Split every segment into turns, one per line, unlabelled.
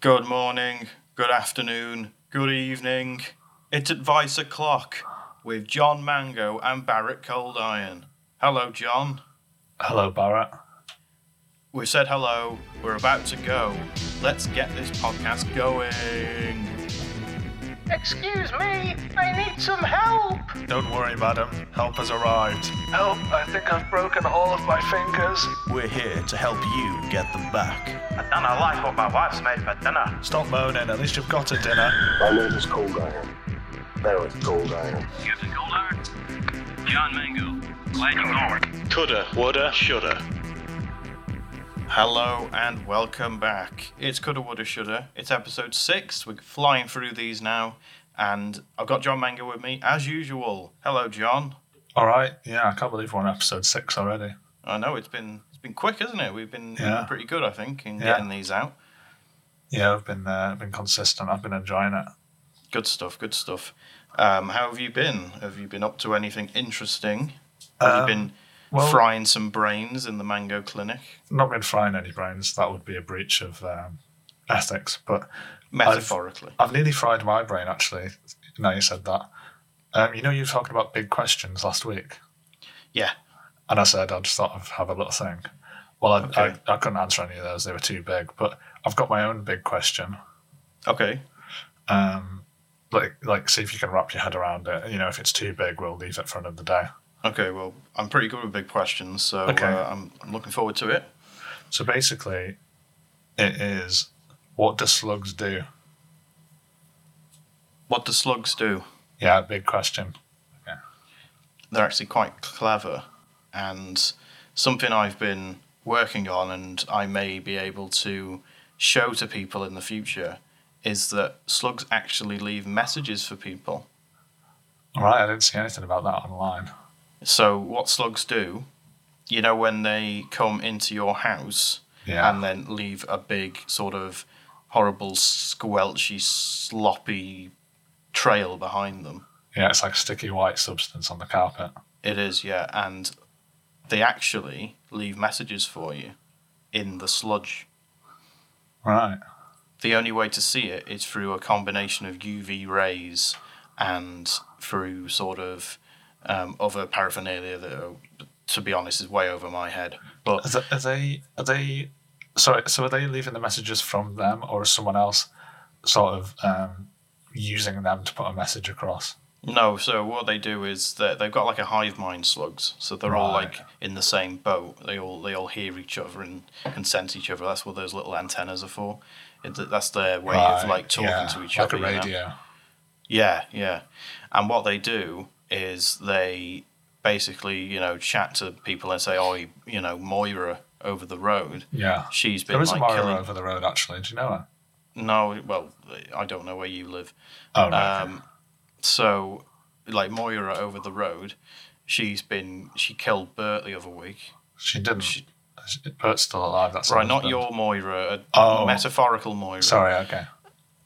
good morning, good afternoon, good evening. It's Advice O'Clock with John Mango and Barrett Coldiron. Hello, John.
Hello, Barrett.
We said hello, we're about to go. Let's get this podcast going.
Excuse me, I need some help.
Don't worry, madam. Help has arrived.
Help, I think I've broken all of my fingers.
We're here to help you get them back.
I don't like what my wife's made for dinner.
Stop moaning. At least you've got a dinner.
My name is Cold Iron. Barrett Cold Iron.
Captain Goldiron, John Mango, glad you called.
Coulda, woulda, shoulda.
Hello and welcome back. It's Coulda Woulda Shoulda. It's episode six. We're flying through these now, and I've got John Mango with me as usual. Hello, John.
All right. Yeah, I can't believe we're on episode six already.
I know it's been it's been quick, isn't it? We've been
Yeah.
pretty good, I think, in
Yeah.
getting these out.
Yeah, I've been uh, been consistent. I've been enjoying it.
Good stuff. Good stuff. Um, how have you been? Have you been up to anything interesting? Have
Um,
you been
well-
frying some brains in the Mango Clinic?
Not been frying any brains. That would be a breach of um, ethics. But
Metaphorically.
I've nearly fried my brain actually. Now you said that. Um, you know, you were talking about big questions last week,
Yeah.
and I said I'd sort of have a little thing. Well, I,
Okay.
I, I couldn't answer any of those; they were too big. But I've got my own big question.
Okay.
um, like like see if you can wrap your head around it. You know, if it's too big, we'll leave it for another day.
Okay. Well, I'm pretty good with big questions, so
Okay.
uh, I'm, I'm looking forward to it.
So basically, it is what do slugs do?
What do slugs do?
Yeah, big question.
they're actually quite clever and something I've been working on and I may be able to show to people in the future is that slugs actually leave messages for people.
All right, I didn't see anything about that online.
So what slugs do, you know when they come into your house
Yeah.
and then leave a big sort of horrible squelchy sloppy trail behind them.
Yeah, it's like sticky white substance on the carpet.
It is, yeah, and they actually leave messages for you in the sludge.
Right.
The only way to see it is through a combination of UV rays and through sort of um, other paraphernalia that, are, to be honest, is way over my head. But
Are they are they, are they sorry, so are they leaving the messages from them or is someone else sort of um, using them to put a message across?
No, so what they do is that they've got like a hive mind slugs, so they're all
Right.
like in the same boat. They all they all hear each other and can sense each other. That's what those little antennas are for. It, that's their way of like talking
yeah,
to each
like
other. you
a
know?
radio.
Yeah, yeah. And what they do is they basically you know chat to people and say, "Oh, you you know Moira over the road,
Yeah.
she's been
There is a
like
Mario
killing."
over the road actually. Do you know her?
No, well, I don't know where you live.
Oh, right.
Um, so, like Moira over the road, she's been she killed Bert the other week.
she didn't.
she-
Bert's still alive. That's her
Right, not
husband.
your Moira, a
Oh.
metaphorical Moira.
Sorry. Okay.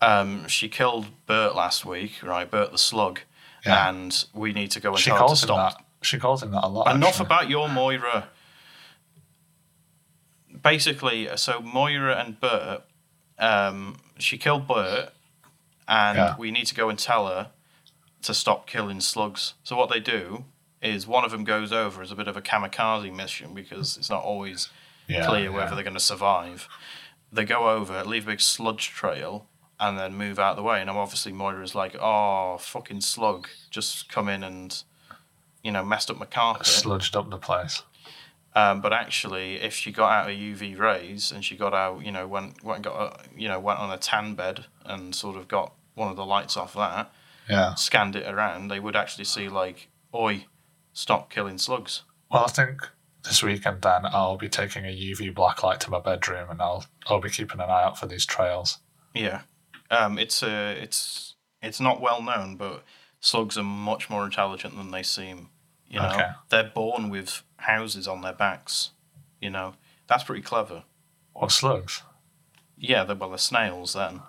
Um, she killed Bert last week. Right, Bert the slug,
Yeah.
and we need to go and
She
tell her to
calls him
stop.
that. She calls him that a lot.
Enough
actually.
about your Moira. Basically, uh, so Moira and Bert, um, she killed Bert, and
Yeah.
we need to go and tell her to stop killing slugs. So what they do is one of them goes over as a bit of a kamikaze mission because it's not always
Yeah,
clear
yeah.
whether they're going to survive. They go over, leave a big sludge trail, and then move out of the way. And obviously Moira's like, "Oh, fucking slug, just come in and." You know, messed up my carpet.
sludged up the place.
Um, but actually, if she got out of UV rays and she got out, you know, went went got a, you know went on a tan bed and sort of got one of the lights off that,
Yeah.
scanned it around, they would actually see like, oi, stop killing slugs.
Well, I think this weekend then I'll be taking a UV black light to my bedroom and I'll I'll be keeping an eye out for these trails.
Yeah, um, it's a it's it's not well known, but slugs are much more intelligent than they seem. You know,
Okay.
they're born with houses on their backs. You know, that's pretty clever.
What slugs?
Yeah, they're, well, they're snails then.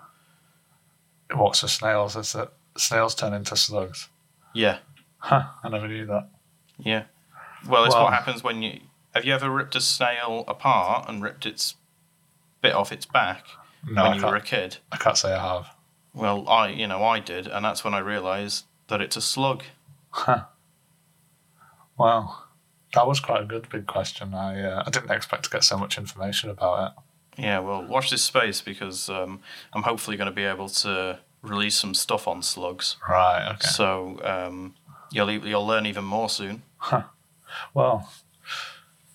What's the snails? Is it snails turn into slugs?
Yeah.
Huh. I never knew that.
Yeah. Well, it's
Well-
what happens when you have you ever ripped a snail apart and ripped its bit off its back,
No,
when
I
you
can't-
were a kid?
I can't say I have.
Well, I you know I did, and that's when I realised that it's a slug.
Wow, that was quite a good big question. I uh, I didn't expect to get so much information about it.
Yeah, well, watch this space because um, I'm hopefully going to be able to release some stuff on slugs.
Right. Okay.
So um, you'll e- you'll learn even more soon.
Well,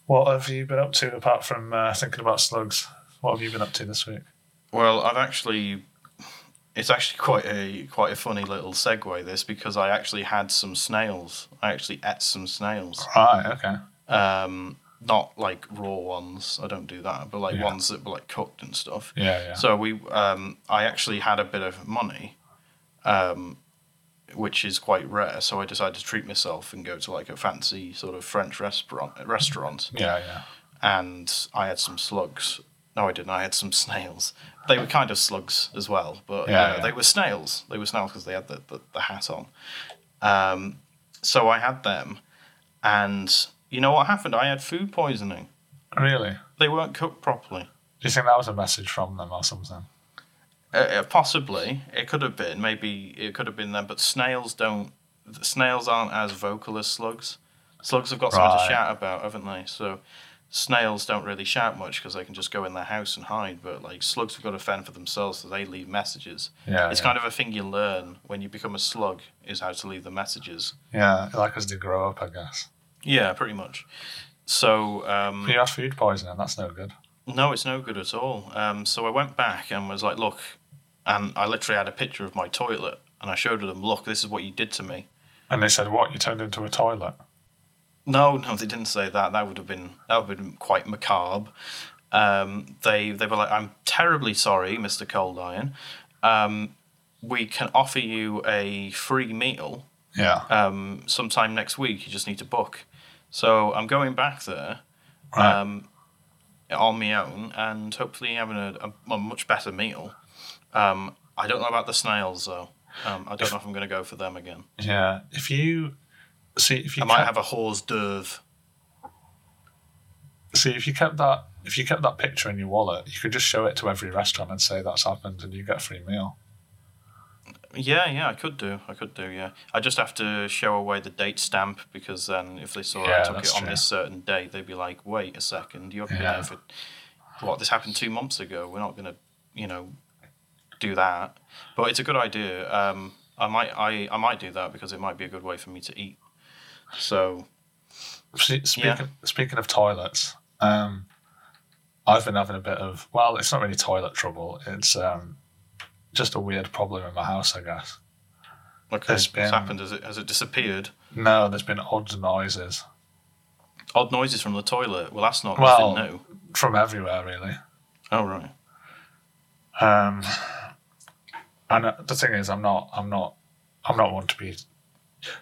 what have you been up to apart from uh, thinking about slugs? What have you been up to this week?
Well, I've actually. It's actually quite a quite a funny little segue this because I actually had some snails. I actually ate some snails.
Right. Okay.
Um, not like raw ones. I don't do that, but like
Yeah.
ones that were like cooked and stuff.
Yeah. Yeah.
So we, um, I actually had a bit of money, um, which is quite rare. So I decided to treat myself and go to like a fancy sort of French restaurant. Restaurant,
yeah. Yeah.
and I had some slugs. No, I didn't. I had some snails. They were kind of slugs as well, but
Yeah,
uh,
yeah.
they were snails. They were snails because they had the, the, the hat on. Um, so I had them, and you know what happened? I had food poisoning.
Really? Do
They weren't cooked properly.
you think that was a message from them or something?
Uh, Uh, possibly, it could have been. Maybe it could have been them. But snails don't. th- Snails aren't as vocal as slugs. Slugs have got something
Right.
to shout about, haven't they? So snails don't really shout much because they can just go in their house and hide. But like slugs have got to fend for themselves, so they leave messages.
Yeah.
it's
yeah.
kind of a thing you learn when you become a slug is how to leave the messages.
Yeah, like as they grow up, I guess.
Yeah, pretty much. So um,
You have food poisoning, that's no good.
No, it's no good at all. Um, so I went back and was like, look, and I literally had a picture of my toilet and I showed them, look, this is what you did to me.
And they said, What? You turned into a toilet?
No, no, they didn't say that. That would have been that would have been quite macabre. Um, they they were like, I'm terribly sorry, Mister Cold Iron. Um, we can offer you a free meal
Yeah.
um, sometime next week. You just need to book. So I'm going back there
Right.
um, on my own and hopefully having a, a, a much better meal. Um, I don't know about the snails though. Um, I don't know if I'm going to go for them again.
yeah. If you see if you
I might
kept,
have a hors d'oeuvre.
see if you kept that if you kept that picture in your wallet, you could just show it to every restaurant and say that's happened and you get a free meal.
Yeah, yeah, I could do. I could do. Yeah, I just have to show away the date stamp because then if they saw
Yeah,
I took
that's
it on
true.
this certain day, they'd be like, "Wait a second, you've been
Yeah.
there for what? This happened two months ago. We're not gonna, you know, do that." But it's a good idea. Um, I might, I, I might do that because it might be a good way for me to eat. So
See, Speaking
Yeah.
speaking of toilets, um, I've been having a bit of well, it's not really toilet trouble. It's um, just a weird problem in my house, I guess.
okay, what's
There's been-
happened? Has it, has it disappeared?
No, there's been odd noises
Odd noises from the toilet. Well, that's not
Well-
nothing new.
from everywhere, really.
Oh right.
Um, and uh, the thing is, I'm not, I'm not, I'm not one to be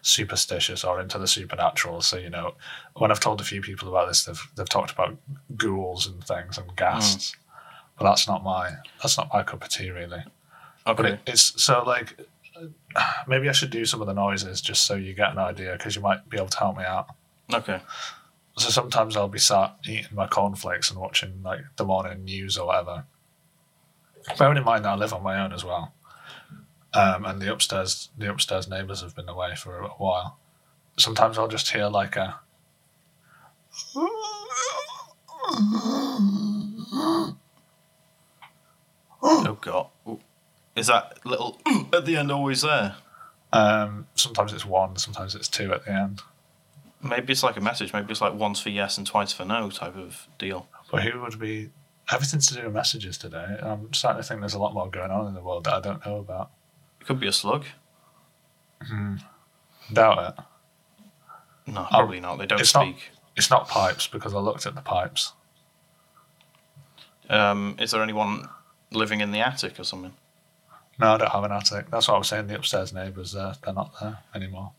superstitious or into the supernatural. So you know, when I've told a few people about this, they've they've talked about ghouls and things and ghasts, but that's not my that's not my cup of tea really. But
Okay.
it, it's so like uh, maybe I should do some of the noises just so you get an idea because you might be able to help me out.
Okay.
So sometimes I'll be sat eating my cornflakes and watching like the morning news or whatever. Bearing in mind that I live on my own as well, um, and the upstairs the upstairs neighbours have been away for a while. Sometimes I'll just hear like a,
Oh god. Ooh. Is that little at the end always there?
um, sometimes it's one, sometimes it's two at the end.
Maybe it's like a message. Maybe it's like once for yes and twice for no type of deal.
But who would be everything's to do with messages today? and I'm starting to think there's a lot more going on in the world that I don't know about.
It could be a slug.
Hmm. Doubt it.
No, probably not. They don't
Oh, it's not-
speak.
It's not pipes because I looked at the pipes.
Um, is there anyone living in the attic or something?
No, I don't have an attic. That's what I was saying. The upstairs neighbours, uh, they're not there anymore.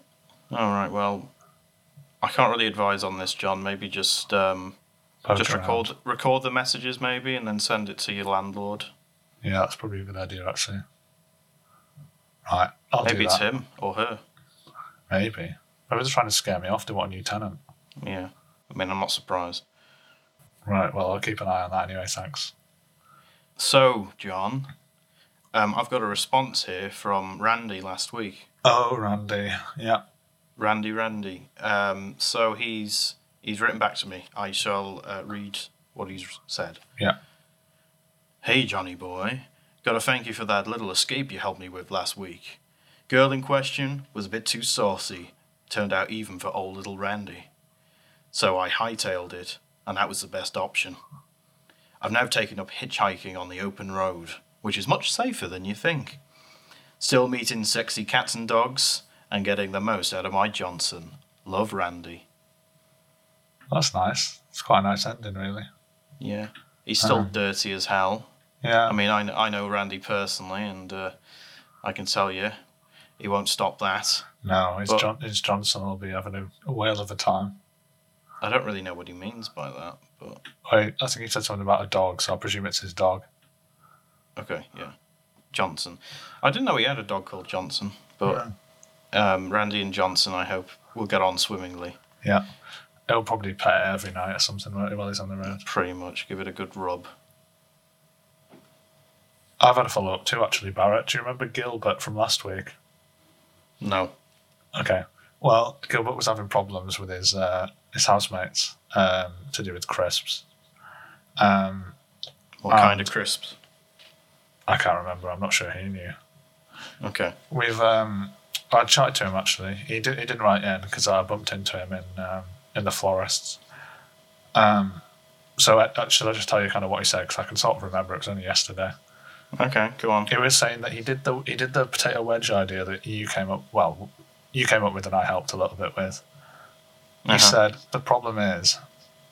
All right. Well, I can't really advise on this, John. Maybe just um,
Poke
just
around.
record record the messages maybe, and then send it to your landlord.
Yeah, that's probably a good idea, actually. Right, I'll
Maybe
do
it's
that.
him or her.
Maybe. Maybe they're trying to scare me off. They want a new tenant.
Yeah. I mean, I'm not surprised.
Right, well, I'll keep an eye on that anyway, thanks.
So, John, um, I've got a response here from Randy last week.
Oh, Randy. Yeah.
Randy, Randy. Um, so he's he's written back to me. I shall uh, read what he's said.
Yeah.
Hey, Johnny boy. Gotta thank you for that little escape you helped me with last week. Girl in question was a bit too saucy. Turned out even for old little Randy. So I hightailed it, and that was the best option. I've now taken up hitchhiking on the open road, which is much safer than you think. Still meeting sexy cats and dogs, and getting the most out of my Johnson. Love Randy.
That's nice. It's quite a nice ending, really.
Yeah. He's still
Um,
dirty as hell.
Yeah.
I mean, I, kn- I know Randy personally, and uh, I can tell you, he won't stop that.
no, his,
but-
John, his Johnson will be having a, a whale of a time.
I don't really know what he means by that, but
Wait, I think he said something about a dog, so I presume it's his dog.
okay, yeah. Johnson. I didn't know he had a dog called Johnson, but um, Randy and Johnson, I hope, will get on swimmingly.
Yeah. He'll probably pet it every night or something won't he, while he's on the road.
Pretty much. Give it a good rub.
I've had a follow up too, actually, Barrett. Do you remember Gilbert from last week?
No.
Okay. Well, Gilbert was having problems with his uh, his housemates um, to do with crisps. Um,
What
Um,
kind of crisps?
I can't remember. I'm not sure he knew.
Okay.
We've um, I chatted to him actually. He did. He didn't write in because I bumped into him in um, in the florists. Um, so I, uh, should I just tell you kind of what he said? Because I can sort of remember it was only yesterday.
Okay, go on.
He was saying that he did the he did the potato wedge idea that you came up well, you came up with and I helped a little bit with. He
Uh-huh.
said the problem is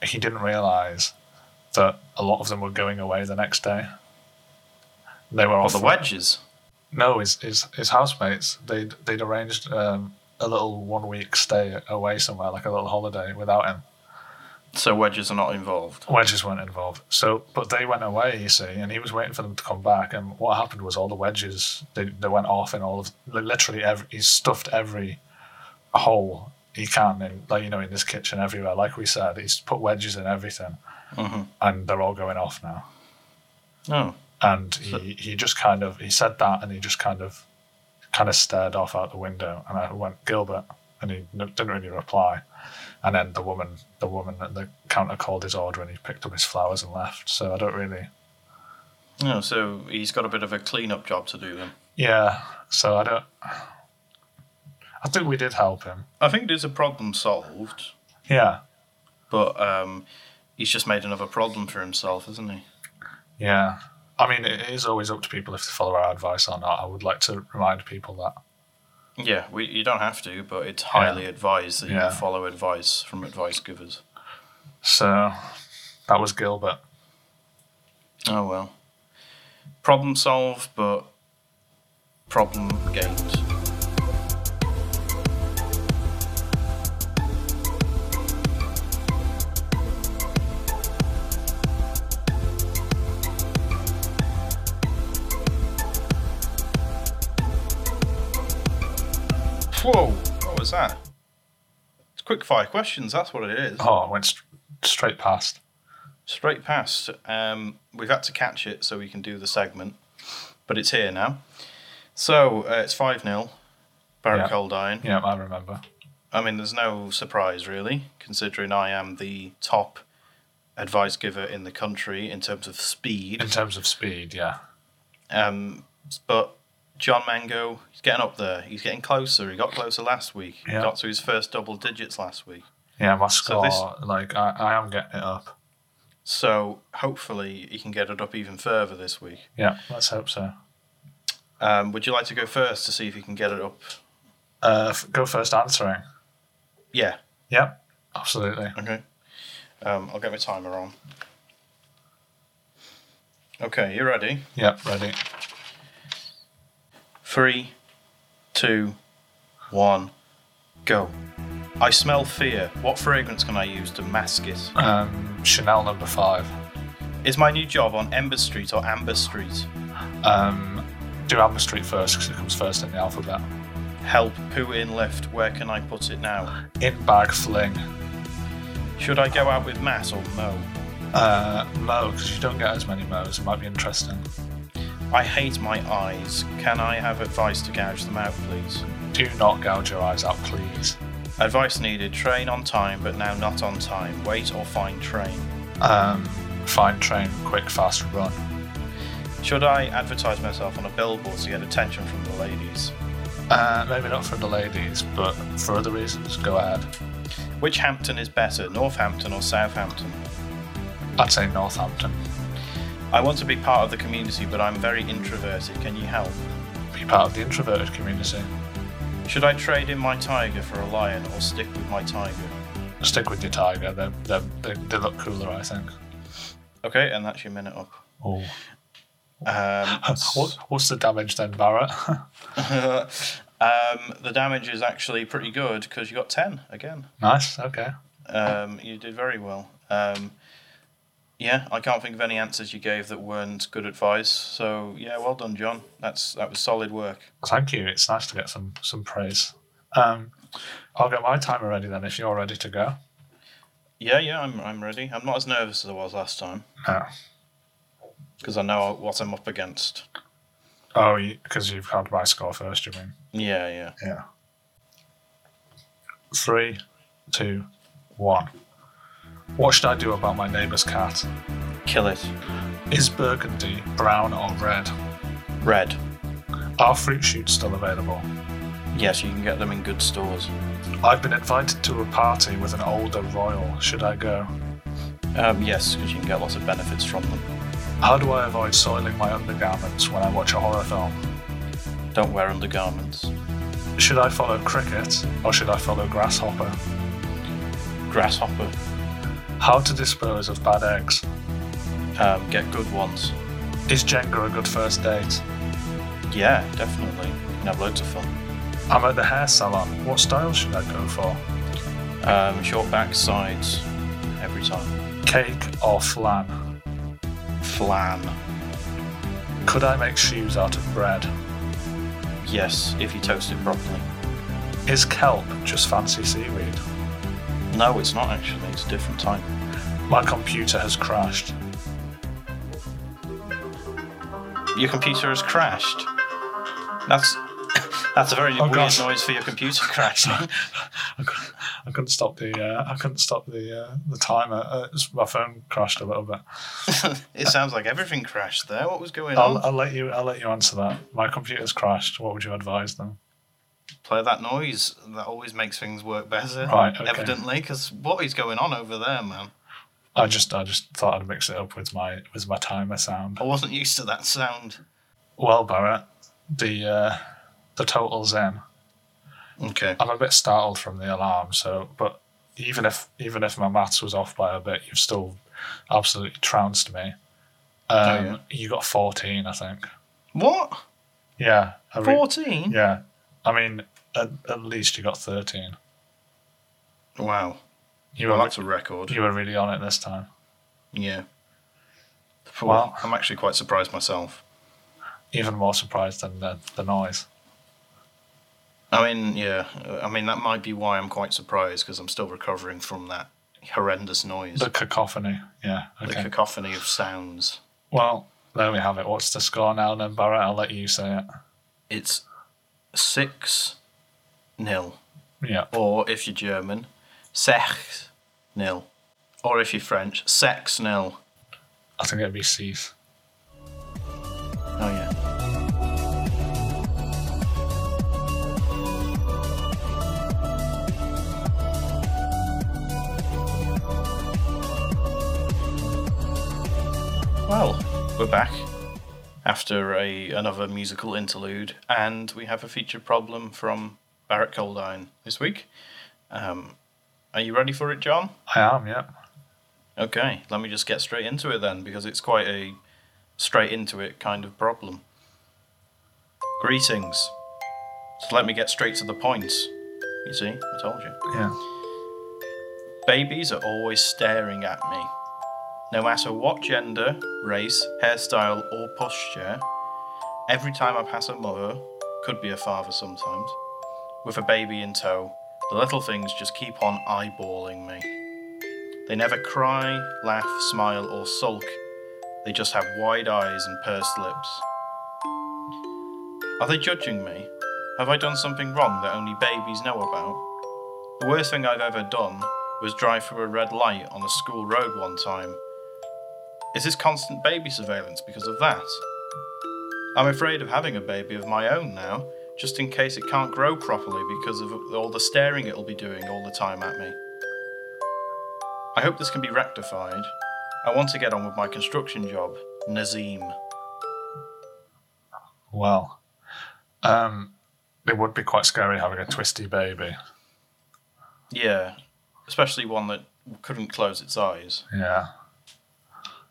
he didn't realize that a lot of them were going away the next day. They were
Well,
off
the wedges.
No, his his, his housemates they'd they'd arranged um, a little one week stay away somewhere, like a little holiday without him.
So wedges are not involved.
Wedges weren't involved. So, but they went away, you see, and he was waiting for them to come back. And what happened was all the wedges they, they went off, and all of li- literally every he stuffed every hole he can in, like you know, in this kitchen everywhere. Like we said, he's put wedges in everything,
Mhm.
and they're all going off now.
Oh,
And he, he just kind of he said that, and he just kind of kind of stared off out the window, and I went Gilbert, and he n- didn't really reply. And then the woman, the woman at the counter called his order, and he picked up his flowers and left. So I don't really,
no. So he's got a bit of a clean-up job to do then.
yeah. So I don't. I think we did help him.
I think it is a problem solved,
Yeah,
but um, he's just made another problem for himself, isn't he?
yeah. I mean, it is always up to people if they follow our advice or not. I would like to remind people that.
Yeah, we, you don't have to, but it's highly advised that
Yeah.
you follow advice from advice givers.
So that was Gilbert.
Oh well. Problem solved, but problem gained. Whoa, what was that? It's quick fire questions, that's what it is.
Oh, I went st- straight past.
Straight past. Um, we've had to catch it so we can do the segment, but it's here now. So uh, it's 5 0, Barrett
Yeah.
Coldiron.
Yeah, I remember.
I mean, there's no surprise really, considering I am the top advice giver in the country in terms of speed.
In terms of speed, yeah.
Um, but John Mango, he's getting up there. He's getting closer. He got closer last week. He
Yeah.
Got to his first double digits last week.
Yeah, my
So
score, like, I, I am getting it up.
So hopefully he can get it up even further this week.
Yeah, let's hope so.
Um, would you like to go first to see if you can get it up?
Uh, f- go first answering.
Yeah.
Yep, absolutely.
Okay. Um, I'll get my timer on. Okay, you ready?
Yep, ready.
Three, two, one, go. I smell fear. What fragrance can I use to mask it?
Um, Chanel number five.
Is my new job on Ember Street or Amber Street?
Um, do Amber Street first because it comes first in the alphabet.
Help, poo in lift. Where can I put it now?
In bag fling.
Should I go out with Matt or Mo?
Uh, Mo, because you don't get as many Mo's. It might be interesting.
I hate my eyes. Can I have advice to gouge them out, please?
Do not gouge your eyes out, please.
Advice needed. Train on time, but now not on time. Wait or find train.
Um, find train, quick, fast, run.
Should I advertise myself on a billboard to get attention from the ladies?
Uh, maybe not for the ladies, but for other reasons, go ahead.
Which Hampton is better, Northampton or Southampton?
I'd say Northampton.
I want to be part of the community, but I'm very introverted. Can you help?
Be part of the introverted community.
Should I trade in my tiger for a lion or stick with my tiger?
Stick with your tiger. They're, they're, they they look cooler, I think.
Okay, and that's your minute up.
Oh.
Um,
What, what's the damage then, Barrett?
um, the damage is actually pretty good because you got 10 again.
nice. Okay.
Um, you did very well. Um, yeah, I can't think of any answers you gave that weren't good advice. So yeah, well done, John. That's that was solid work.
Thank you. It's nice to get some some praise. Um, I'll get my timer ready then if you're ready to go.
Yeah, yeah, I'm I'm ready. I'm not as nervous as I was last time
No.
because I know what I'm up against.
Oh, because you've had my score first, you mean?
Yeah, yeah.
Yeah. Three, two, one. What should I do about my neighbour's cat?
Kill it.
Is burgundy brown or red?
Red.
Are fruit shoots still available?
Yes, you can get them in good stores.
I've been invited to a party with an older royal. Should I go?
Um, yes, because you can get lots of benefits from them.
How do I avoid soiling my undergarments when I watch a horror film?
Don't wear undergarments.
Should I follow cricket or should I follow grasshopper?
Grasshopper.
How to dispose of bad eggs?
Um, get good ones.
Is Jenga a good first date?
Yeah, definitely. You can have loads of fun.
I'm at the hair salon. What style should I go for?
Um, short back sides every time.
Cake or flan?
Flan.
Could I make shoes out of bread?
Yes, if you toast it properly.
Is kelp just fancy seaweed?
No, it's not actually. It's a different type.
My computer has crashed.
Your computer has crashed. That's that's a very
Oh,
weird
gosh.
noise for your computer crashing.
I couldn't, I couldn't stop the uh, I couldn't stop the uh, the timer. Uh, it's- my phone crashed a little bit.
it sounds like everything crashed there. What was going
I'll,
on?
I'll let you I'll let you answer that. My computer's crashed. What would you advise them?
Play that noise. That always makes things work better.
Right, okay.
Evidently, because what is going on over there, man?
I just I just thought I'd mix it up with my with my timer sound.
I wasn't used to that sound.
Well, Barrett, the uh, the total's in.
Okay.
I'm a bit startled from the alarm, so but even if even if my maths was off by a bit, you've still absolutely trounced me. Um,
Oh, yeah.
You got 14, I think.
What?
Yeah, I re-
Fourteen?
yeah. I mean, at, at least you got 13.
Wow.
You
Well,
were
that's a record.
you were really on it this time.
Yeah.
Wow.
I'm actually quite surprised myself.
Even more surprised than the, the noise.
I mean, yeah. uh, I mean, that might be why I'm quite surprised because I'm still recovering from that horrendous noise,
The cacophony. Yeah.
the
Okay.
cacophony of sounds.
well, there we have it. What's the score now, then, Barrett? I'll let you say it.
It's six nil,
Yeah.
or if you're German, sech nil, or if you're French, sex nil.
I think it'd be Seath.
Oh yeah. Well, we're back after a another musical interlude, and we have a feature problem from Barrett Coldine this week. Um, are you ready for it, John?
I am, yeah.
Okay, let me just get straight into it then, because it's quite a straight into it kind of problem. Greetings. So let me get straight to the point. You see, I told you.
Yeah.
Babies are always staring at me. No matter what gender, race, hairstyle, or posture, every time I pass a mother, could be a father sometimes, with a baby in tow, the little things just keep on eyeballing me. They never cry, laugh, smile, or sulk. They just have wide eyes and pursed lips. Are they judging me? Have I done something wrong that only babies know about? The worst thing I've ever done was drive through a red light on a school road one time. Is this constant baby surveillance because of that? I'm afraid of having a baby of my own now, just in case it can't grow properly because of all the staring it'll be doing all the time at me. I hope this can be rectified. I want to get on with my construction job, Nazim.
Well, um, it would be quite scary having a twisty baby.
Yeah, especially one that couldn't close its eyes.
Yeah.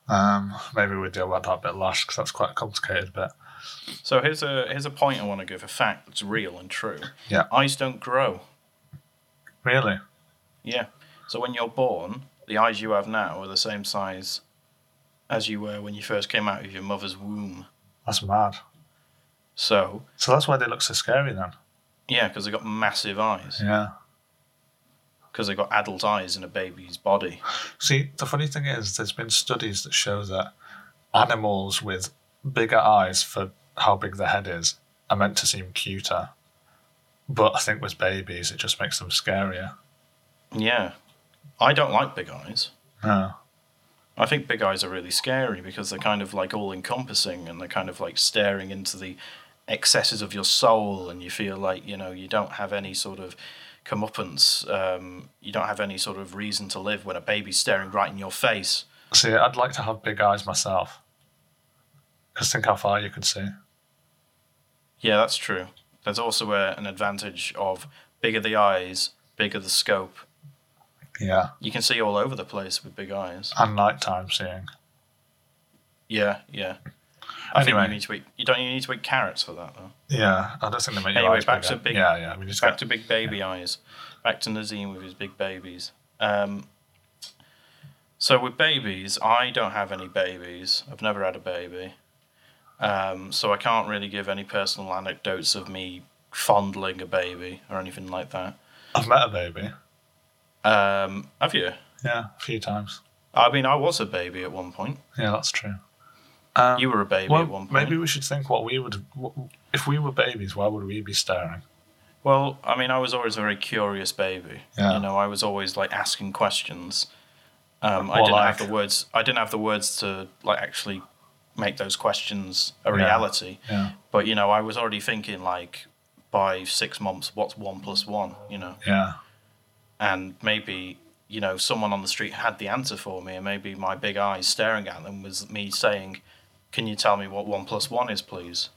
Um, maybe we deal with that bit last because that's quite a complicated bit.
So here's a here's a point I want to give a fact that's real and true.
Yeah.
Eyes don't grow.
Really?
Yeah. So when you're born, the eyes you have now are the same size as you were when you first came out of your mother's womb.
That's mad.
So
So that's why they look so scary then.
yeah, because they got massive eyes.
Yeah.
Because they got adult eyes in a baby's body.
See, the funny thing is, there's been studies that show that animals with bigger eyes for how big their head is are meant to seem cuter. But I think with babies, it just makes them scarier.
Yeah. I don't like big eyes.
No.
I think big eyes are really scary because they're kind of like all encompassing and they're kind of like staring into the excesses of your soul and you feel like, you know, you don't have any sort of comeuppance. Um, you don't have any sort of reason to live when a baby's staring right in your face.
See, I'd like to have big eyes myself. Just think how far you could see.
Yeah, that's true. There's also a, an advantage of bigger the eyes, bigger the scope.
Yeah.
You can see all over the place with big eyes.
And nighttime seeing.
Yeah, yeah. I think
Anyway.
you need to eat. You don't. You need to eat carrots for that though.
Yeah, I don't think they make your
Anyway,
eyes
back
bigger.
to big-
Yeah, yeah. We just
Back
got
to big baby eyes. Back to Nazim with his big babies. Um, so with babies, I don't have any babies. I've never had a baby. Um, so I can't really give any personal anecdotes of me fondling a baby or anything like that.
I've met a baby.
Um, have you?
Yeah, a few times.
I mean, I was a baby at one point.
Yeah, that's true.
You were a baby
well,
at one point.
maybe we should think what we would wh- if we were babies. Why would we be staring?
Well, I mean, I was always a very curious baby.
Yeah.
You know, I was always like asking questions. Um, I
Or,
didn't have
like-
the words. I didn't have the words to like actually make those questions a reality.
Yeah,
But you know, I was already thinking like by six months, what's one plus one? You know,
yeah,
and maybe you know someone on the street had the answer for me, and maybe my big eyes staring at them was me saying, "Can you tell me what one plus one is, please?"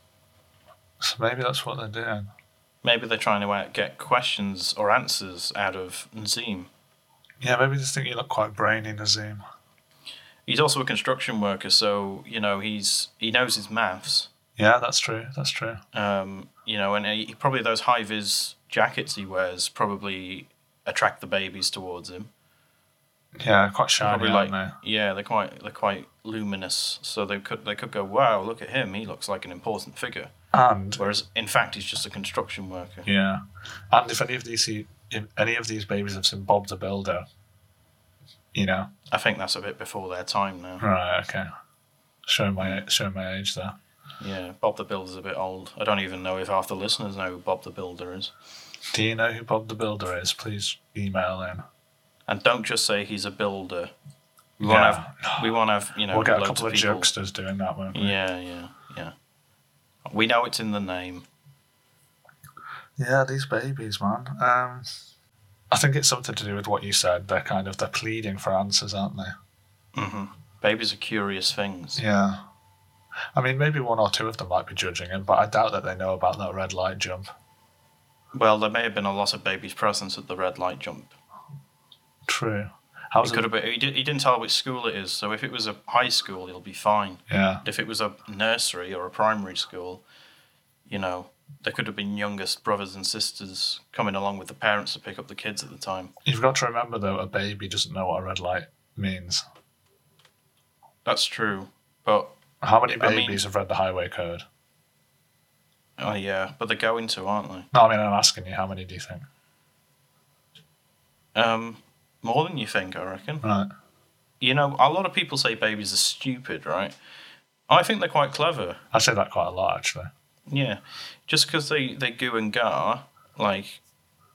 So maybe that's what they're doing.
Maybe they're trying to out- get questions or answers out of Nazim.
Yeah, maybe they think you look quite brainy, Nazim.
He's also a construction worker, so you know he's he knows his maths.
Yeah, that's true. That's true.
Um, you know, and he, probably those high vis jackets he wears probably attract the babies towards him.
Yeah, quite shiny,
Probably
aren't
like
they?
yeah, they're quite they're quite luminous, so they could they could go wow, look at him, he looks like an important figure.
And
Whereas in fact he's just a construction worker.
yeah, and if any of these see, if any of these babies have seen Bob the Builder, you know,
I think that's a bit before their time now.
right? Okay, showing my showing my age there.
Yeah, Bob the Builder's a bit old. I don't even know if half the listeners know who Bob the Builder is.
Do you know who Bob the Builder is? Please email in.
And don't just say he's a builder. We
No,
want to have, we want to have, you know,
We'll get a
loads
couple of,
people.
jokesters doing that, won't we?
Yeah, yeah, yeah. We know it's in the name.
Yeah, these babies, man. Um, I think it's something to do with what you said. They're kind of they're pleading for answers, aren't they?
hmm Babies are curious things.
Yeah. I mean, maybe one or two of them might be judging him, but I doubt that they know about that red light jump.
Well, there may have been a lot of babies' presence at the red light jump.
True. How's
He could
it?
have been. He, did, he didn't tell which school it is. So if it was a high school, it'll be fine.
Yeah.
But if it was a nursery or a primary school, you know, there could have been youngest brothers and sisters coming along with the parents to pick up the kids at the time.
You've got to remember though, a baby doesn't know what a red light means.
That's true. But
How many
I mean-
babies have read the highway code?
oh yeah, but they're going to, aren't they?
No, I mean I'm asking you. How many do you think?
Um, More than you think, I reckon.
Right.
You know, a lot of people say babies are stupid, right? I think they're quite clever.
I say that quite a lot, actually.
Yeah, just because they they goo and gar, like,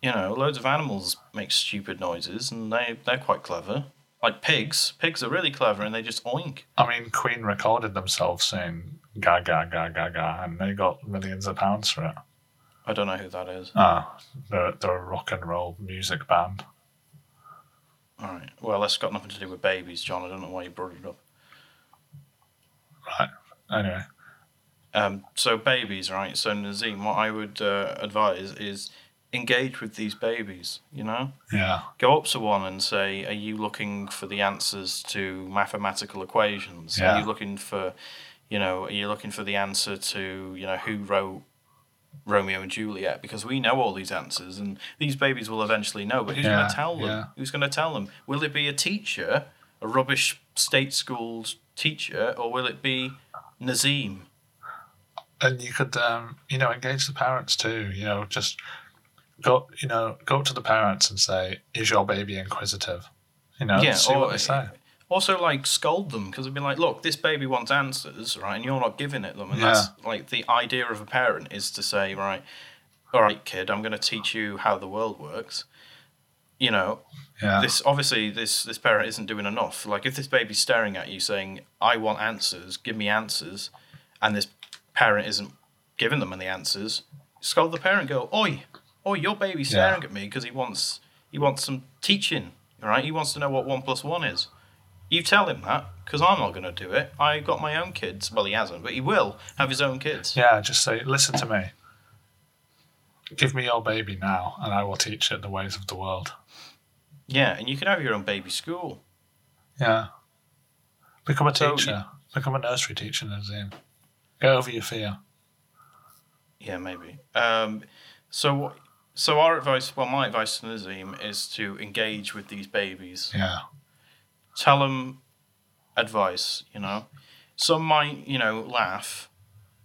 you know, loads of animals make stupid noises, and they they're quite clever. Like pigs, pigs are really clever, and they just oink.
I mean, Queen recorded themselves saying "ga ga ga ga ga," and they got millions of pounds for it.
I don't know who that is.
Ah, they're, they're a rock and roll music band.
All right. Well, that's got nothing to do with babies, John. I don't know why you brought it up.
Right. Anyway,
Um, so babies, right? So Nazim, what I would uh, advise is engage with these babies. You know,
yeah.
go up to one and say, "Are you looking for the answers to mathematical equations? Are
Yeah.
you looking for, you know, are you looking for the answer to, you know, who wrote Romeo and Juliet? Because we know all these answers, and these babies will eventually know. But who's going
Yeah,
to tell them?
yeah.
Who's going to tell them? Will it be a teacher, a rubbish state schooled teacher, or will it be Nazim?"
and you could um, you know engage the parents too you know just go you know go up to the parents and say is your baby inquisitive you know
Yeah,
see
or-
what they say
also like scold them because it'd be like, look, this baby wants answers, right? And you're not giving it them. And that's like the idea of a parent is to say, right, all right, kid, I'm going to teach you how the world works. You know,
yeah
this obviously this this parent isn't doing enough. Like if this baby's staring at you saying, "I want answers, give me answers," and this parent isn't giving them any answers, scold the parent. Go, "Oi, oi, your baby's
Yeah.
staring at me because he wants he wants some teaching, all right? He wants to know what one plus one is." You tell him that because I'm not going to do it. I got my own kids. Well, he hasn't, but he will have his own kids.
yeah just say listen to me give me your baby now and i will teach it the ways of the world
Yeah, and you can have your own baby school.
yeah become a
So-
teacher become a nursery teacher Nazim. get over your fear
Yeah, maybe. Um, so, so our advice, well, my advice to Nazim is to engage with these babies.
yeah
Tell them advice. You know, some might, you know, laugh.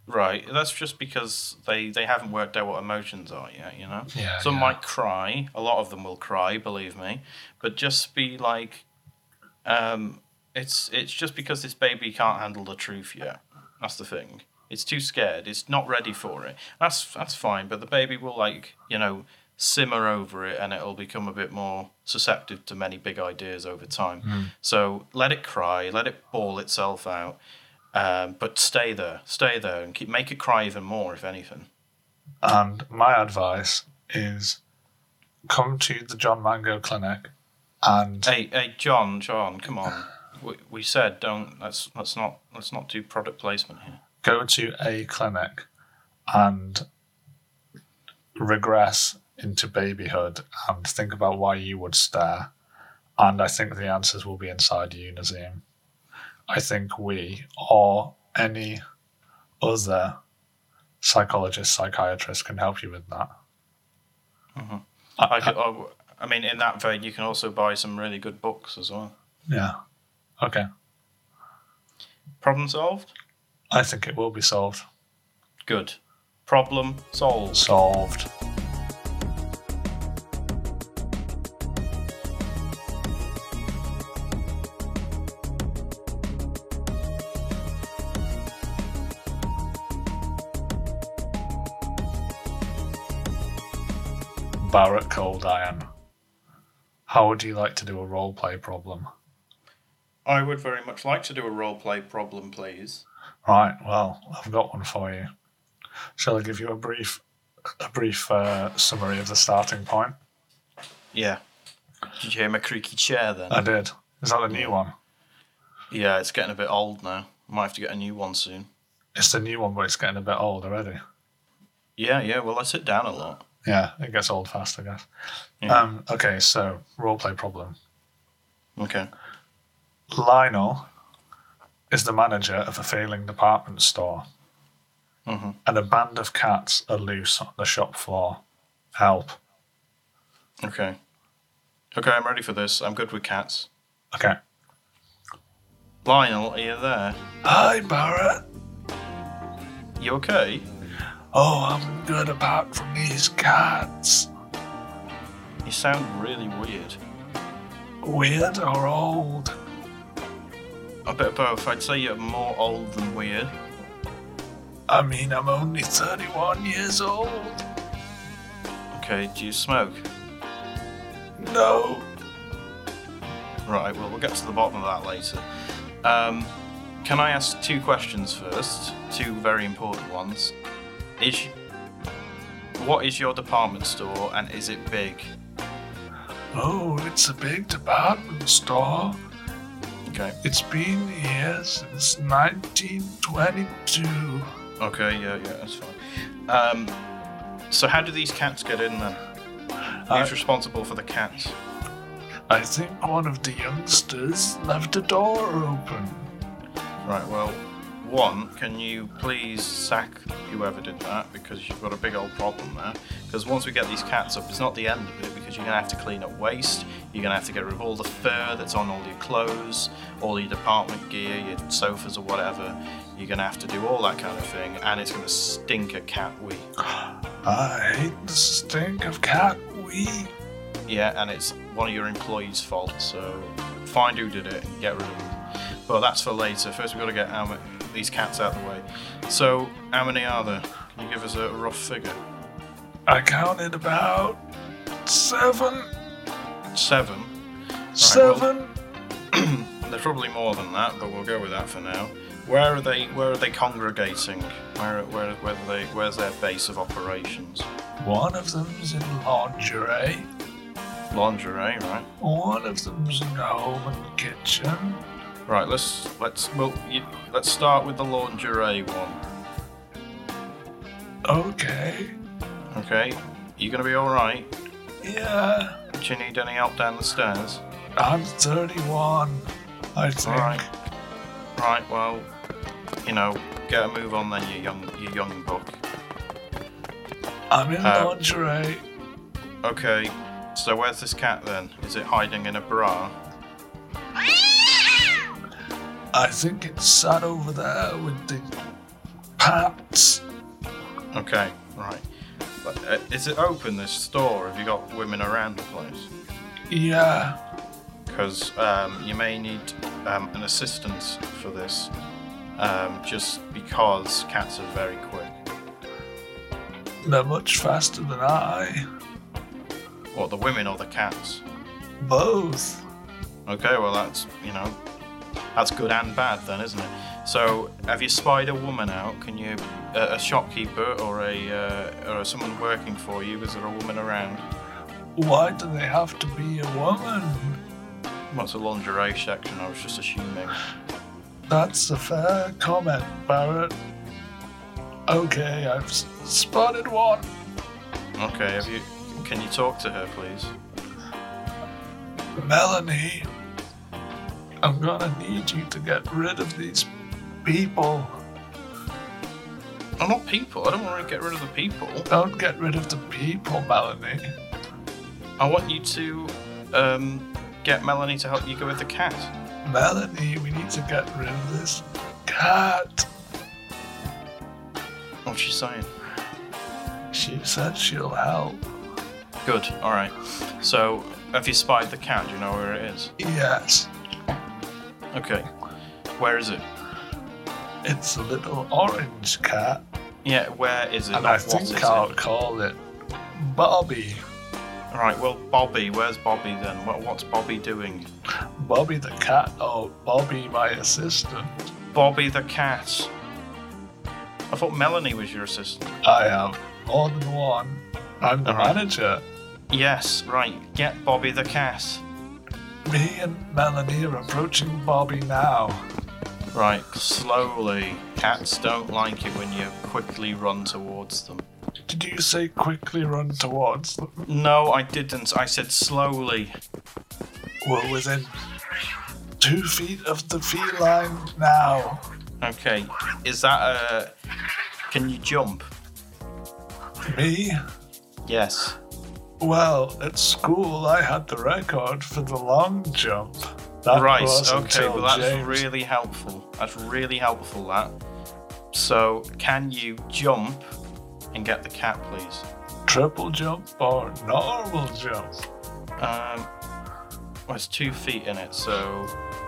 Right, that's just because they they haven't worked out what emotions are yet. You know,
Yeah,
some
yeah.
might cry. A lot of them will cry, believe me. But just be like, um, it's it's just because this baby can't handle the truth yet. That's the thing. It's too scared. It's not ready for it. That's that's fine. But the baby will like you know simmer over it, and it'll become a bit more susceptible to many big ideas over time.
Hmm.
So let it cry. Let it bawl itself out. Um, but stay there, stay there, and keep make it cry even more, if anything.
And my advice is come to the John Mango Clinic and
Hey, hey, John, John, come on. We, we said don't. Let's let's not let's not do product placement here.
go to a clinic and regress into babyhood and think about why you would stare. And I think the answers will be inside you, Nazim. I think we or any other psychologist, psychiatrist can help you with that.
Mm-hmm. I, could, I, I mean, in that vein, you can also buy some really good books as well.
Yeah. Okay.
Problem solved.
I think it will be solved.
Good. Problem solved.
Solved. Barrett Cold Iron. How would you like to do a role play problem?
I would very much like to do a role play problem, please.
Right. Well, I've got one for you. Shall I give you a brief, a brief uh, summary of the starting point?
Yeah. Did you hear my creaky chair then?
I did. Is that the new one?
Uh, yeah, it's getting a bit old now. Might have to get a new one soon.
It's the new one, but it's getting a bit old already.
Yeah, yeah. Well, I sit down a lot.
Yeah, it gets old fast, I guess.
Yeah.
Um, okay, so role play problem.
Okay.
Lionel is the manager of a failing department store,
Mhm.
and a band of cats are loose on the shop floor. Help.
Okay. Okay, I'm ready for this. I'm good with cats.
Okay.
Lionel, are you there?
Hi, Barrett.
You okay?
Oh, I'm good apart from these cats.
You sound really weird.
Weird or old?
A bit of both. I'd say you're more old than weird.
I mean, I'm only 31 years old.
Okay, do you smoke?
No.
Right, well, we'll get to the bottom of that later. Um, can I ask two questions first? Two very important ones. Is what is your department store and is it big?
Oh, it's a big department store.
Okay.
It's been here since 1922.
Okay, yeah, yeah, that's fine. Um, so how do these cats get in then?
I-
Who's responsible for the cats?
I think one of the youngsters left a door open.
Right, well, one, can you please sack whoever did that because you've got a big old problem there. Because once we get these cats up, it's not the end of it because you're going to have to clean up waste, you're going to have to get rid of all the fur that's on all your clothes, all your department gear, your sofas or whatever. You're going to have to do all that kind of thing and it's going to stink a cat wee.
I hate the stink of cat wee.
Yeah, and it's one of your employees' fault, so find who did it and get rid of them. But that's for later. First, we've got to get how ma- these cats out of the way. So, how many are there? Can you give us a rough figure?
I counted about seven,
Seven.
seven.
There's probably more than that, but we'll go with that for now. Where are they? Where are they congregating? Where, where, where do they? Where's their base of operations?
One of them's in lingerie.
Lingerie, right?
One of them's in the home and kitchen.
Right. Let's let's well you, let's start with the lingerie one.
Okay.
Okay, you gonna be all right?
Yeah.
Do you need any help down the stairs?
I'm 31. I think.
Alright. Right, well, you know, get a move on then, you young, you young buck.
I'm in
Uh,
lingerie.
Okay, so where's this cat then? Is it hiding in a bra?
I think it's sat over there with the pants.
Okay, right. But, uh, is it open this store? Have you got women around the place?
Yeah.
Because um, you may need um, an assistant for this, um, just because cats are very quick.
They're much faster than I.
What the women or the cats?
Both.
Okay, well that's you know, that's good and bad then, isn't it? So, have you spied a woman out? Can you, a, a shopkeeper or a uh, or someone working for you? Is there a woman around?
Why do they have to be a woman?
What's a lingerie section? I was just assuming.
That's a fair comment, Barrett. Okay, I've s- spotted one.
Okay, have you? Can you talk to her, please?
Melanie, I'm gonna need you to get rid of these people.
Oh, not people. I don't want to get rid of the people.
Don't get rid of the people, Melanie.
I want you to um, get Melanie to help you go with the cat.
Melanie, we need to get rid of this cat.
What's she saying?
She said she'll help.
Good. All right. So, have you spied the cat? Do you know where it is?
Yes,
Okay. Where is it?
it's a little orange cat,
Yeah, where is it?
and
Not
I
what is
think
it?
I'll call it Bobby.
Right, well, Bobby, where's Bobby then? What, what's Bobby doing?
Bobby the cat, or Bobby my assistant.
Bobby the cat. I thought Melanie was your assistant.
I have more than one. I'm the
Alright.
manager.
Yes, right. Get Bobby the cat.
Me and Melanie are approaching Bobby now.
Right, slowly. Cats don't like it when you quickly run towards them.
Did you say quickly run towards them?
No, I didn't. I said slowly.
We're within two feet of the feline now.
Okay, is that a. Can you jump?
Me?
Yes.
Well, at school I had the record for the long jump. That
Right,
was
okay,
until
well, that's
James-
really helpful. That's really helpful, that. So, can you jump and get the cat, please?
triple jump or normal jump.
Um, Well, it's two feet in it, so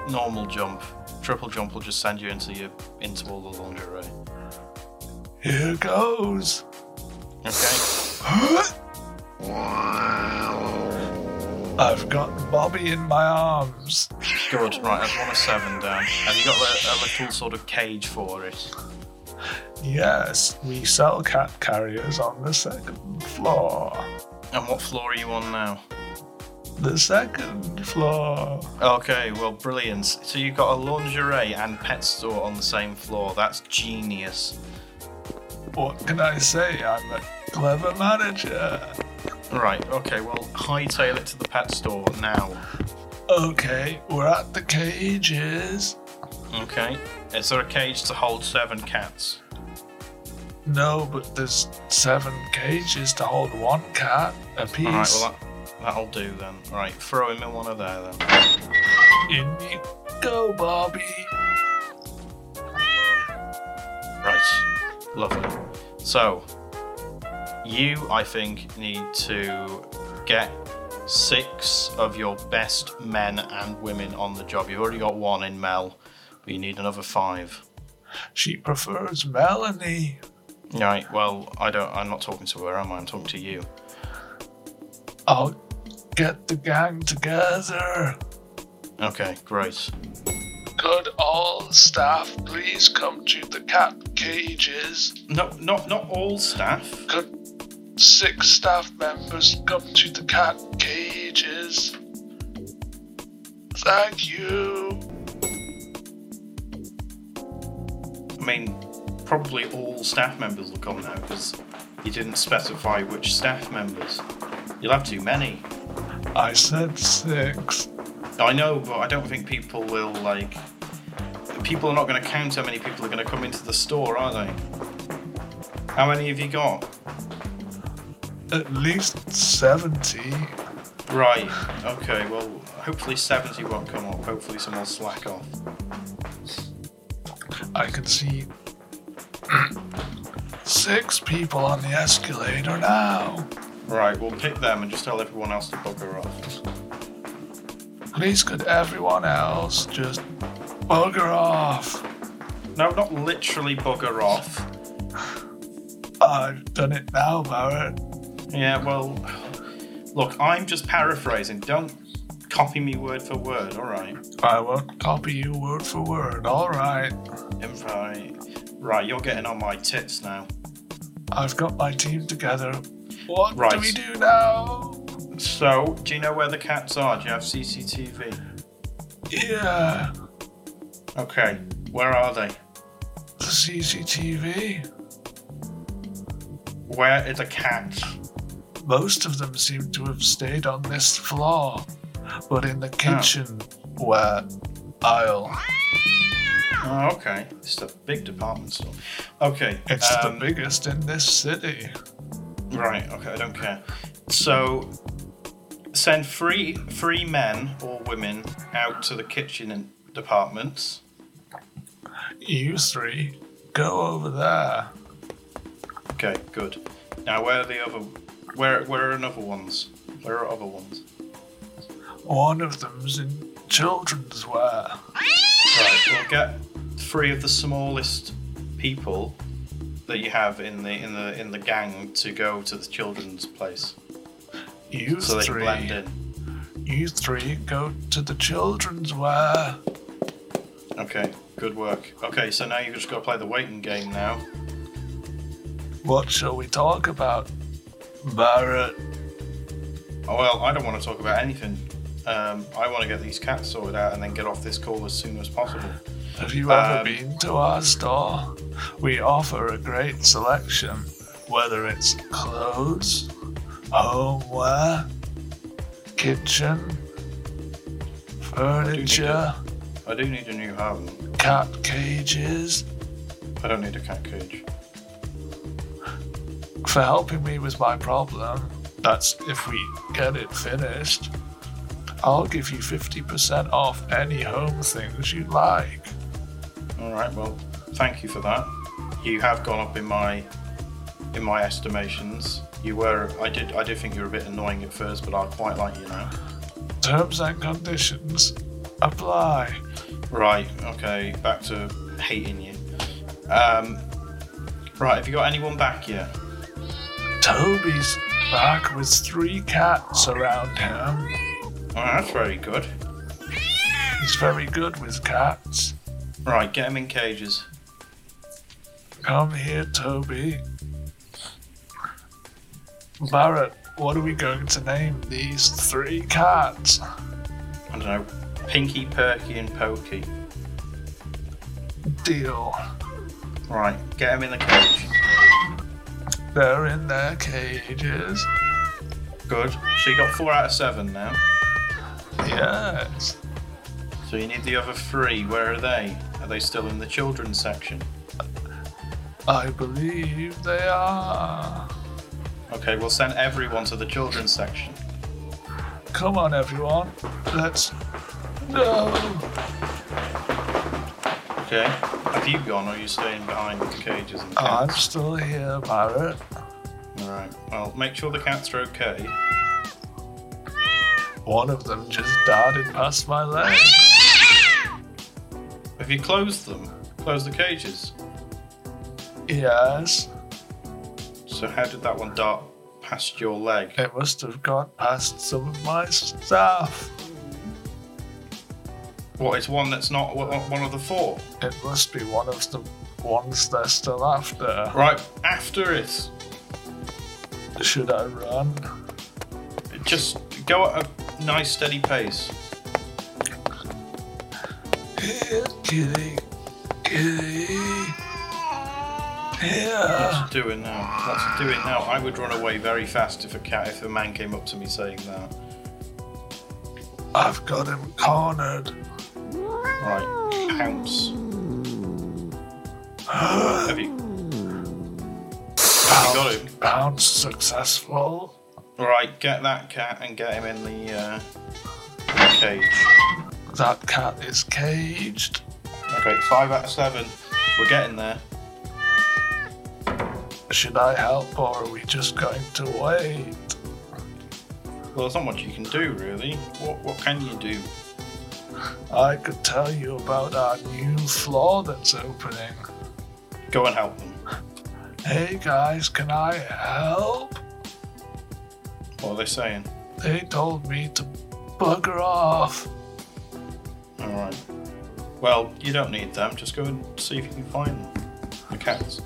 normal jump, triple jump will just send you into your into all the lingerie.
Here goes.
Okay.
I've got Bobby in my arms.
Good. Right, that's one of seven down. Have you got a, a little sort of cage for it?
Yes, we sell cat carriers on the second floor.
And what floor are you on now?
The second floor.
Okay, well, brilliant. So you've got a lingerie and pet store on the same floor. That's genius.
What can I say? I'm a clever manager.
Right, okay, well, hightail it to the pet store now.
Okay, we're at the cages.
Okay. Is there a cage to hold seven cats?
No, but there's seven cages to hold one cat apiece.
All right, well, that, that'll do then. Right, throw him in one of there then.
In you go, Bobby.
Right, lovely. So, you, I think, need to get six of your best men and women on the job. You've already got one in Mel, but you need another five.
She prefers Melanie.
Right, well, I don't. I'm not talking to her, am I? I'm talking to you.
I'll get the gang together.
Okay, great.
Could all staff please come to the cat cages?
No, not not all staff.
Could six staff members come to the cat cages? Thank you.
I mean, probably all staff members will come now because you didn't specify which staff members. You'll have too many.
I said six.
I know, but I don't think people will like. People are not going to count how many people are going to come into the store, are they? How many have you got?
At least 70.
Right. Okay. Well, hopefully seventy won't come up. Hopefully some will slack off.
I can see six people on the escalator now.
Right. We'll pick them and just tell everyone else to bugger off.
Please, could everyone else just bugger off?
No, not literally bugger off.
I've done it now, Barrett.
Yeah. Well, look, I'm just paraphrasing. Don't copy me word for word. All right.
I won't copy you word for word. All right.
Right. Right. You're getting on my tits now.
I've got my team together. What do
Right.
we do now?
So, do you know where the cats are? Do you have CCTV?
Yeah,
Okay. Where are they?
the CCTV.
Where are the cats?
Most of them seem to have stayed on this floor, but in the kitchen where aisle.
Oh, okay. It's a big department store. Okay.
It's
um,
the biggest in this city.
Right. Okay. I don't care. So, send three three men or women out to the kitchen and departments.
You three, go over there.
Okay. Good. Now, where are the other? Where Where are another ones? Where are other ones?
One of them's in children's wear.
Right. We'll get three of the smallest people that you have in the in the in the gang to go to the children's place
You
so they can blend
three,
in.
you three, go to the children's wear.
Okay. Good work. Okay. So now you've just got to play the waiting game now.
What shall we talk about, Barrett?
Oh, well, I don't want to talk about anything. Um, I want to get these cats sorted out and then get off this call as soon as possible.
Have you ever
Um,
been to our store? We offer a great selection, whether it's clothes, homeware, kitchen,
need
furniture,
I do need a new home.
cat cages.
I don't need a cat cage.
For helping me with my problem, that's if we get it finished. I'll give you 50% off any home things you like.
All right. Well, thank you for that. You have gone up in my in my estimations. You were. I did. I did think you were a bit annoying at first, but I quite like you now.
Terms and conditions apply.
Right, okay, back to hating you. Um, right, have you got anyone back yet?
Toby's back with three cats around him.
Oh, that's very good.
He's very good with cats.
Right, get him in cages.
Come here, Toby. Barrett, what are we going to name these three cats?
I don't know, Pinky, Perky, and Pokey.
Deal.
Right, get him in the cage.
They're in their cages.
Good. So you got four out of seven now.
Yes.
So you need the other three. Where are they? Are they still in the children's section?
I believe they are.
Okay, we'll send everyone to the children's section.
Come on, everyone. Let's. No!
Okay. Have you gone or are you staying behind with the cages and
I'm
cats?
still here, Barrett.
Alright. Well, make sure the cats are okay.
One of them just darted past my legs.
Have you closed them? Closed the cages?
Yes.
So how did that one dart past your leg?
It must have gone past some of my stuff.
What, it's one that's not o- o- one of the four?
It must be one of the ones they're still after.
Right, after it.
Should I run?
Just go at a nice steady pace.
Here, kitty. Kitty. Here.
Do it now. Let's do it now. I would run away very fast if a cat, if a man came up to me saying that.
I've got him cornered.
Right, pounce. Have you?
Bounce,
got him.
bounce successful.
Right, get that cat and get him in the uh, the cage.
That cat is caged.
Okay, five out of seven. We're getting there.
Should I help or are we just going to wait?
Well, there's not much you can do really. What what can you do?
I could tell you about our new floor that's opening.
Go and help them.
Hey guys, can I help?
What are they saying?
They told me to bugger off.
All right. Well, you don't need them. Just go and see if you can find them. The cats.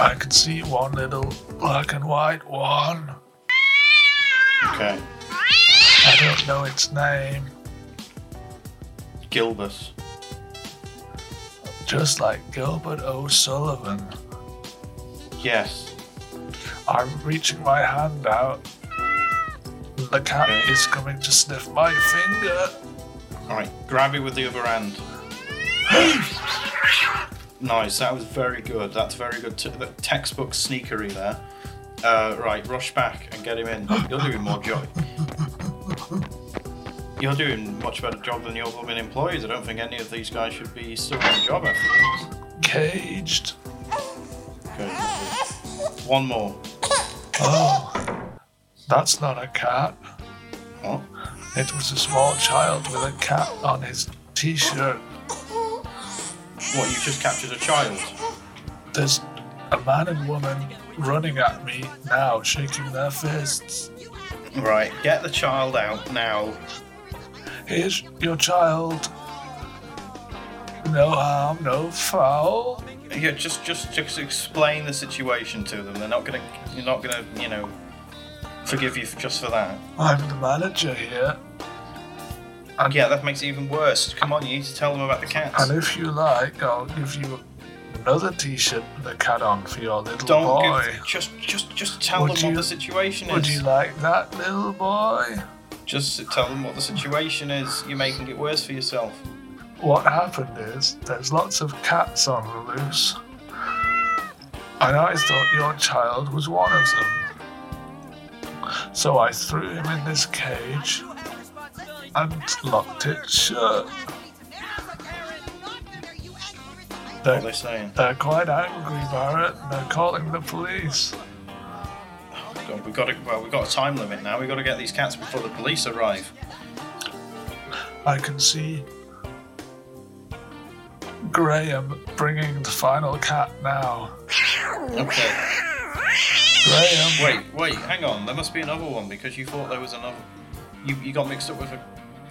I could see one little black and white one.
Okay.
I don't know its name.
Gilbert.
Just like Gilbert O'Sullivan.
Yes.
I'm reaching my hand out. The cat is coming to sniff my finger.
All right. Grab it with the other hand. nice. That was very good. That's very good. T- that textbook sneakery there. Uh, right. Rush back and get him in. You're doing more job. You're doing much better job than your blooming employees. I don't think any of these guys should be still on the job after this.
Caged.
Okay. lovely. One more.
Oh, that's not a cat.
Oh.
It was a small child with a cat on his t shirt.
What, you just captured a child?
There's a man and woman running at me now, shaking their fists.
Right, get the child out now.
Here's your child. No harm, no foul.
Yeah, just just just explain the situation to them. They're not gonna you're not gonna, you know, forgive you for, just for that.
I'm the manager here,
And yeah, that makes it even worse. Come on, you need to tell them about the cats.
and if you like, I'll give you another t shirt with a cat on for your little
Don't
boy.
give just just just tell
Would
them
you-
what the situation
Would
is.
you like that, little boy?
Just tell them what the situation is. You're making it worse for yourself.
What happened is there's lots of cats on the loose, and I thought your child was one of them. So I threw him in this cage and locked it shut.
What are they
They're,
saying?
they're quite angry, Barrett, and they're calling the police.
God, we've got to, well, we've got a time limit now. We've got to get these cats before the police arrive.
I can see Graham bringing the final cat now.
Okay.
Graham,
Wait, wait, hang on. There must be another one because you thought there was another. You, you got mixed up with a,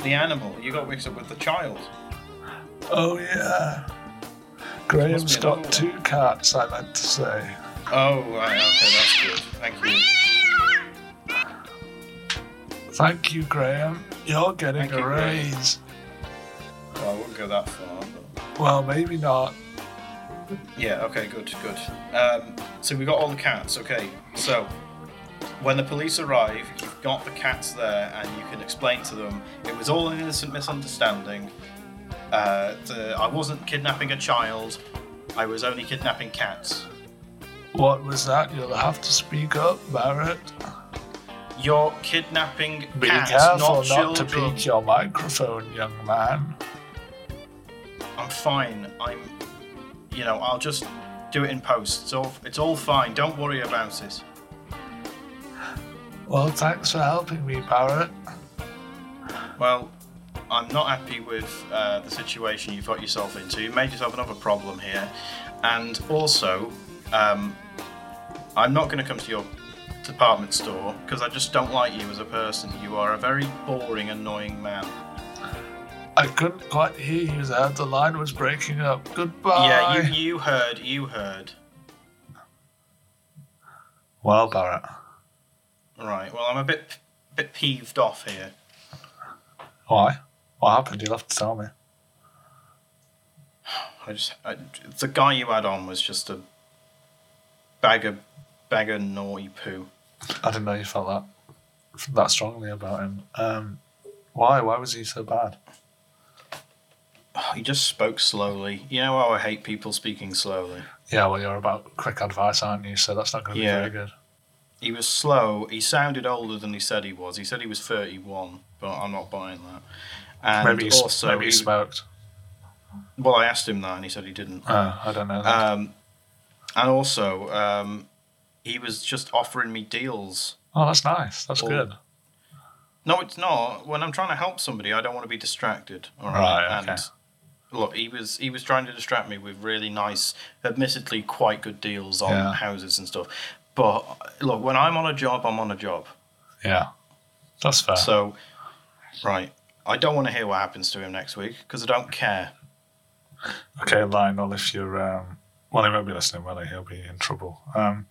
the animal. You got mixed up with the child.
oh yeah. Graham's
another
got
one.
two cats, I meant to say.
Oh, right. Okay, that's good. Thank you.
Thank you, Graham. You're getting
Thank
a
you, Graham.
raise.
Well, I wouldn't go that far. But...
Well, maybe not.
Yeah. Okay. Good. Good. Um, so we got all the cats. Okay. So when the police arrive, you've got the cats there, and you can explain to them it was all an innocent misunderstanding. Uh, the, I wasn't kidnapping a child. I was only kidnapping cats.
What was that? You'll have to speak up, Barrett.
You're kidnapping
Be
cats,
careful
not,
not to
children.
beat your microphone, young man.
I'm fine. I'm, you know, I'll just do it in post. It's all, it's all fine. Don't worry about it.
Well, thanks for helping me, Barrett.
Well, I'm not happy with uh, the situation you've got yourself into. You made yourself another problem here, and also, um, I'm not going to come to your department store because I just don't like you as a person. You are a very boring, annoying man.
I couldn't quite hear you there. The line was breaking up. Goodbye.
Yeah, you, you heard, you heard.
Well, Barrett.
Right. Well, I'm a bit, bit peeved off here.
Why? What happened? You'll have to tell me.
I just I, the guy you had on was just a bag of bag of naughty poo.
I didn't know you felt that that strongly about him. Um, why? Why was he so bad?
Oh, he just spoke slowly. You know how I hate people speaking slowly.
Yeah, well, you're about quick advice, aren't you? So that's not going to
Yeah.
be very good.
He was slow. He sounded older than he said he was. He said he was thirty-one, but I'm not buying that. And
maybe he, s-
also,
maybe he
he-
smoked.
well, I asked him that, and he said he didn't.
Oh, I don't know.
Um, and also, um, he was just offering me deals.
oh, that's nice. That's
well,
good.
No, it's not. When I'm trying to help somebody, I don't want to be distracted. All right.
Right, okay.
And look, he was he was trying to distract me with really nice, admittedly quite good deals on
Yeah.
houses and stuff. But look, when I'm on a job, I'm on a job.
Yeah, that's fair.
So, right, I don't want to hear what happens to him next week because I don't care.
okay, Lionel, if you're um, well, he won't be listening, will he? He'll be in trouble. Um,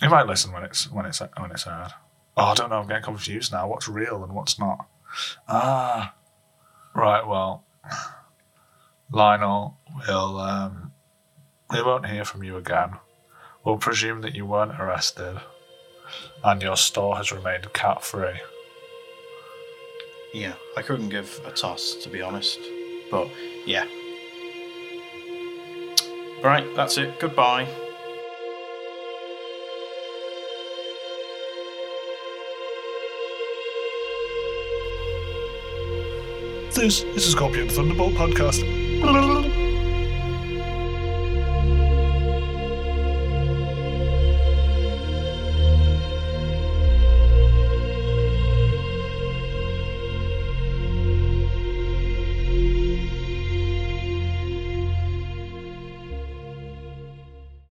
he might listen when it's when it's when it's aired. Oh, I don't know. I'm getting confused now. What's real and what's not? Ah, right. Well, Lionel will. Um, we won't hear from you again. We'll presume that you weren't arrested, and your store has remained cat free.
Yeah, I couldn't give a toss to be honest. But yeah. Right, that's it. Goodbye.
This is a Scorpion Thunderbolt podcast.